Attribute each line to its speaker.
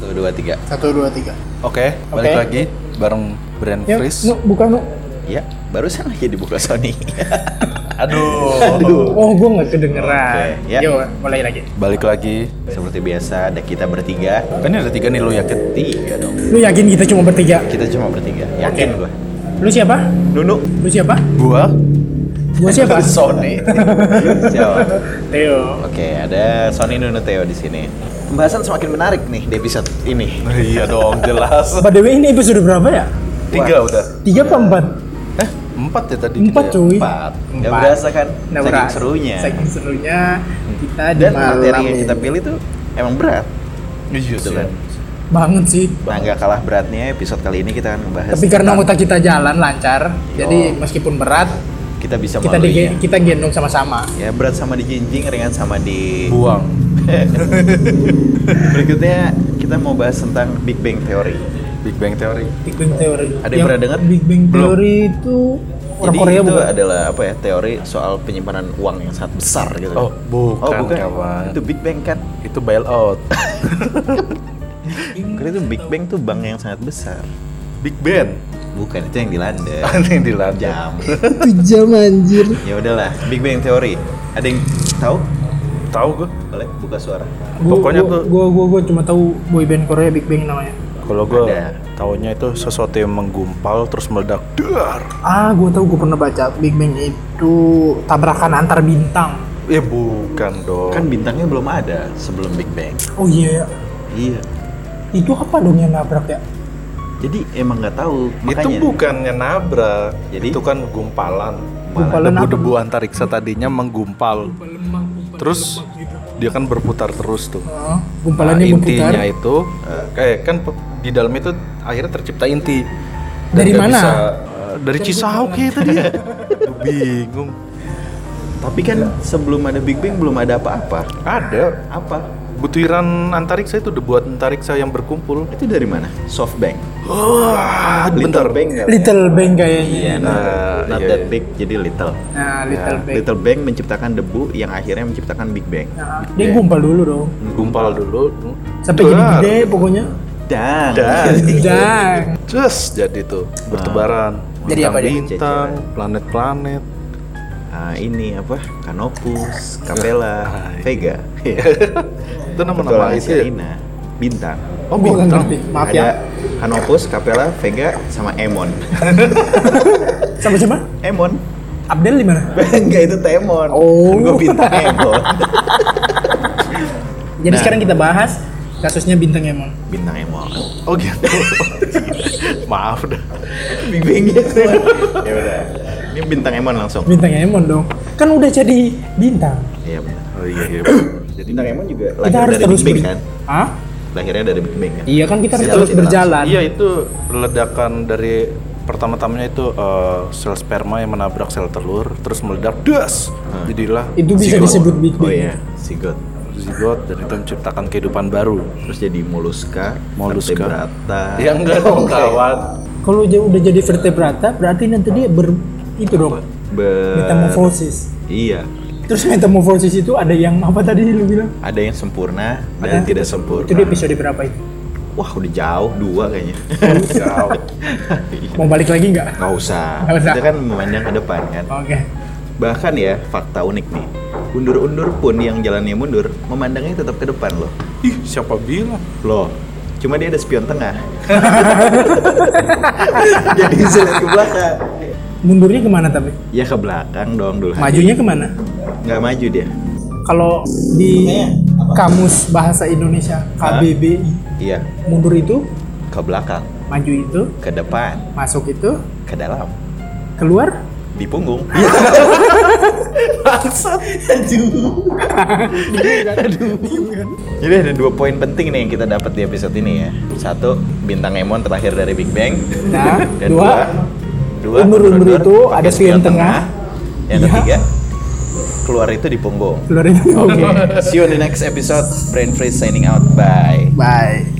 Speaker 1: Satu, dua, tiga.
Speaker 2: Satu, dua, tiga.
Speaker 1: Hmm.
Speaker 3: Oke, balik
Speaker 2: Oke.
Speaker 3: lagi bareng Brand
Speaker 2: Ya,
Speaker 3: Fris.
Speaker 2: Nu, buka nu.
Speaker 1: Ya, barusan lagi dibuka Sony.
Speaker 3: Aduh.
Speaker 2: Oh, gua nggak kedengeran.
Speaker 1: Oke, ya.
Speaker 2: Yo, mulai lagi.
Speaker 3: Balik lagi.
Speaker 1: Seperti biasa, ada kita bertiga.
Speaker 3: Kan ini ada tiga nih lu yakin?
Speaker 1: Tiga dong.
Speaker 2: Lu yakin kita cuma bertiga?
Speaker 1: Kita cuma bertiga. Yakin
Speaker 2: Oke.
Speaker 1: gua.
Speaker 2: Lu siapa?
Speaker 1: Nunu.
Speaker 2: Lu siapa?
Speaker 3: Gua,
Speaker 2: Gua siapa?
Speaker 3: Sony.
Speaker 1: Siapa?
Speaker 2: Iya, Theo.
Speaker 1: Oke, ada Sony Nunu Teo di sini. Pembahasan semakin menarik nih di episode ini.
Speaker 3: iya dong, jelas.
Speaker 2: By the way, ini episode berapa ya?
Speaker 3: Tiga udah.
Speaker 2: Tiga apa empat?
Speaker 3: Eh, empat ya tadi.
Speaker 2: Empat
Speaker 3: kita ya?
Speaker 2: cuy.
Speaker 1: Empat. Gak
Speaker 2: Empat.
Speaker 1: berasa kan?
Speaker 2: Nah,
Speaker 1: Saking
Speaker 2: berat.
Speaker 1: serunya. Hmm.
Speaker 2: Saking serunya kita di
Speaker 1: Dan
Speaker 2: malam
Speaker 1: materi yang kita
Speaker 2: ini.
Speaker 1: pilih tuh emang berat.
Speaker 3: Iya
Speaker 1: Gitu
Speaker 3: sih.
Speaker 1: kan.
Speaker 2: Banget sih.
Speaker 1: Nah, nggak kalah beratnya episode kali ini kita akan membahas
Speaker 2: Tapi karena
Speaker 1: tentang
Speaker 2: anggota kita jalan lancar, jadi meskipun berat,
Speaker 1: kita bisa
Speaker 2: kita
Speaker 1: melaluinya.
Speaker 2: di, kita gendong sama-sama.
Speaker 1: Ya berat sama di jinjing, ringan sama di
Speaker 3: Buang.
Speaker 1: Berikutnya kita mau bahas tentang Big Bang Theory.
Speaker 3: Big Bang Theory.
Speaker 2: Big Bang Theory.
Speaker 1: Ada yang pernah dengar?
Speaker 2: Big Bang
Speaker 3: Belum.
Speaker 2: Theory itu orang
Speaker 1: Jadi
Speaker 2: Korea
Speaker 1: itu
Speaker 2: bukan?
Speaker 1: adalah apa ya teori soal penyimpanan uang yang sangat besar gitu.
Speaker 3: Oh, bukan,
Speaker 1: Oh, bukan.
Speaker 3: kawan.
Speaker 1: Itu Big Bang kan?
Speaker 3: Itu bailout.
Speaker 1: Karena itu Big Bang tuh bank yang sangat besar.
Speaker 3: Big Ben.
Speaker 1: Bukan itu yang di London.
Speaker 3: Aneh di lantai.
Speaker 1: Jam.
Speaker 2: Itu jam anjir.
Speaker 1: Ya udahlah, Big Bang Theory. Ada yang tahu?
Speaker 3: Tahu gua.
Speaker 1: Boleh buka suara.
Speaker 3: Pokoknya
Speaker 2: gua,
Speaker 3: tuh-
Speaker 2: gua, gua, gua cuma tahu boyband Korea Big Bang namanya.
Speaker 3: Kalau gua
Speaker 1: Ada.
Speaker 3: taunya itu sesuatu yang menggumpal terus meledak. Dar.
Speaker 2: Ah, gua tahu gua pernah baca Big Bang itu tabrakan antar bintang.
Speaker 3: Ya bukan dong.
Speaker 1: Kan bintangnya belum ada sebelum Big Bang.
Speaker 2: Oh iya, ya.
Speaker 1: Iya.
Speaker 2: itu apa dong yang nabrak ya?
Speaker 1: Jadi emang nggak tahu
Speaker 3: itu
Speaker 1: makanya.
Speaker 3: bukannya nabrak.
Speaker 1: Jadi?
Speaker 3: itu kan gumpalan.
Speaker 2: Gumpalan apa?
Speaker 3: Debu-debu antariksa tadinya menggumpal. Terus dia kan berputar terus tuh.
Speaker 2: Heeh.
Speaker 3: Nah,
Speaker 2: gumpalannya berputar.
Speaker 3: intinya itu kayak kan pe- di dalam itu akhirnya tercipta inti.
Speaker 2: Dari
Speaker 3: nggak
Speaker 2: mana?
Speaker 3: eh, dari Cisauk kayak tadi ya. Aduh, Bingung.
Speaker 1: Tapi kan
Speaker 3: Iya.
Speaker 1: sebelum ada Big Bang belum ada apa-apa.
Speaker 3: Ada
Speaker 1: Apa?
Speaker 3: butiran antariksa itu debu antariksa yang berkumpul.
Speaker 1: Itu dari mana? Softbank.
Speaker 3: Wah, bentar.
Speaker 1: Little Bank nggak?
Speaker 2: Little Bang kayaknya.
Speaker 1: Iya, not,
Speaker 3: Nah,
Speaker 1: not
Speaker 3: iya,
Speaker 1: that
Speaker 3: iya.
Speaker 1: big jadi little.
Speaker 2: Nah, Little Bang.
Speaker 1: Little Bang menciptakan debu yang akhirnya menciptakan Big Bang.
Speaker 2: Nah, dia gumpal dulu dong.
Speaker 3: Gumpal dulu.
Speaker 2: Sampai jadi
Speaker 3: Dar.
Speaker 2: gede pokoknya.
Speaker 1: Dan,
Speaker 3: Dan.
Speaker 1: iya.
Speaker 2: Dan
Speaker 3: Terus jadi tuh bertebaran.
Speaker 2: Ah. Jadi apa dia?
Speaker 3: Bintang, planet-planet.
Speaker 1: ah, ini apa? Canopus, Capella,
Speaker 3: Ah, iya.
Speaker 1: Vega.
Speaker 3: itu nama-nama itu ya?
Speaker 1: Serena, Bintang.
Speaker 3: Oh,
Speaker 2: Gua nggak
Speaker 3: bintang.
Speaker 2: ngerti. Maaf
Speaker 1: ada
Speaker 2: ya.
Speaker 1: Canopus, Capella, Vega, sama Emon.
Speaker 2: Sama siapa?
Speaker 1: Emon?
Speaker 2: Abdel di mana?
Speaker 1: Enggak itu Temon.
Speaker 2: Oh.
Speaker 1: Gue bintang Emon.
Speaker 2: Jadi
Speaker 1: Nah.
Speaker 2: sekarang kita bahas kasusnya Bintang Emon.
Speaker 1: Bintang Emon.
Speaker 3: Oh gitu. Maaf dah.
Speaker 1: Big Bang gitu. ya udah. Ini bintang Emon langsung.
Speaker 2: Bintang Emon dong. Kan udah jadi bintang.
Speaker 1: Iya benar.
Speaker 3: Oh iya iya.
Speaker 1: Jadi bintang Emon juga
Speaker 2: kita
Speaker 1: lahir
Speaker 2: harus
Speaker 1: dari
Speaker 2: terus
Speaker 1: Big Bang
Speaker 2: ber-
Speaker 1: kan?
Speaker 2: Hah?
Speaker 1: Lahirnya dari Big Bang kan?
Speaker 2: Iya kan kita harus
Speaker 1: Secara
Speaker 2: terus
Speaker 1: tidak
Speaker 2: berjalan.
Speaker 3: Iya itu ledakan dari pertama-tamanya itu eh, sel sperma yang menabrak sel telur terus meledak das. Jadilah
Speaker 2: Ah. Itu bisa
Speaker 1: Zigot.
Speaker 2: disebut Big
Speaker 1: Oh
Speaker 2: Bang.
Speaker 1: iya, zigot.
Speaker 3: zigot dan itu menciptakan kehidupan baru.
Speaker 1: Terus jadi molluska,
Speaker 3: Molluska.
Speaker 1: vertebrata.
Speaker 3: Ya enggak dong kawan.
Speaker 2: Kalau dia udah jadi vertebrata, berarti nanti dia ber itu dong
Speaker 1: Ber-
Speaker 2: metamorfosis.
Speaker 1: Iya,
Speaker 2: Terus metamorfosis itu ada yang apa tadi lu bilang?
Speaker 1: ada yang sempurna dan
Speaker 2: Ada.
Speaker 1: tidak sempurna.
Speaker 2: Itu di episode berapa itu?
Speaker 1: Wah, udah jauh dua kayaknya. Iya.
Speaker 3: Jauh.
Speaker 2: Mau balik lagi nggak?
Speaker 1: Nggak usah.
Speaker 2: Nggak usah.
Speaker 1: Kita kan memandang ke depan kan.
Speaker 2: Oke.
Speaker 1: Bahkan ya, fakta unik nih. Undur-undur pun yang jalannya mundur, memandangnya tetap ke depan loh.
Speaker 3: Ih, siapa bilang?
Speaker 1: Loh, cuma dia ada spion tengah. Jadi bisa lihat ke belakang.
Speaker 2: Mundurnya kemana tapi?
Speaker 1: Ya ke belakang dong dulu.
Speaker 2: Majunya kemana?
Speaker 1: Nggak maju dia.
Speaker 2: Kalau di kamus bahasa Indonesia
Speaker 1: Hah?
Speaker 2: KBBI
Speaker 1: Iya,
Speaker 2: mundur itu,
Speaker 1: ke belakang,
Speaker 2: maju itu,
Speaker 1: ke depan,
Speaker 2: masuk itu,
Speaker 1: ke dalam,
Speaker 2: keluar
Speaker 1: di punggung.
Speaker 2: Iya. Bangsat. Aduh. Aduh. Iya kan?
Speaker 1: Jadi ada dua poin penting nih yang kita dapat di episode ini ya. Satu, bintang Emon terlahir dari Big Bang.
Speaker 2: Nah,
Speaker 1: Dan
Speaker 2: dua.
Speaker 1: dua,
Speaker 2: undur-undur
Speaker 1: undur-undur
Speaker 2: itu
Speaker 1: pakai
Speaker 2: ada spion tengah.
Speaker 1: Yang
Speaker 2: Iya.
Speaker 1: ketiga, keluar itu di punggung.
Speaker 2: Keluarin itu. Oke.
Speaker 1: See you on the next episode. Brain Freeze signing out. Bye.
Speaker 2: Bye.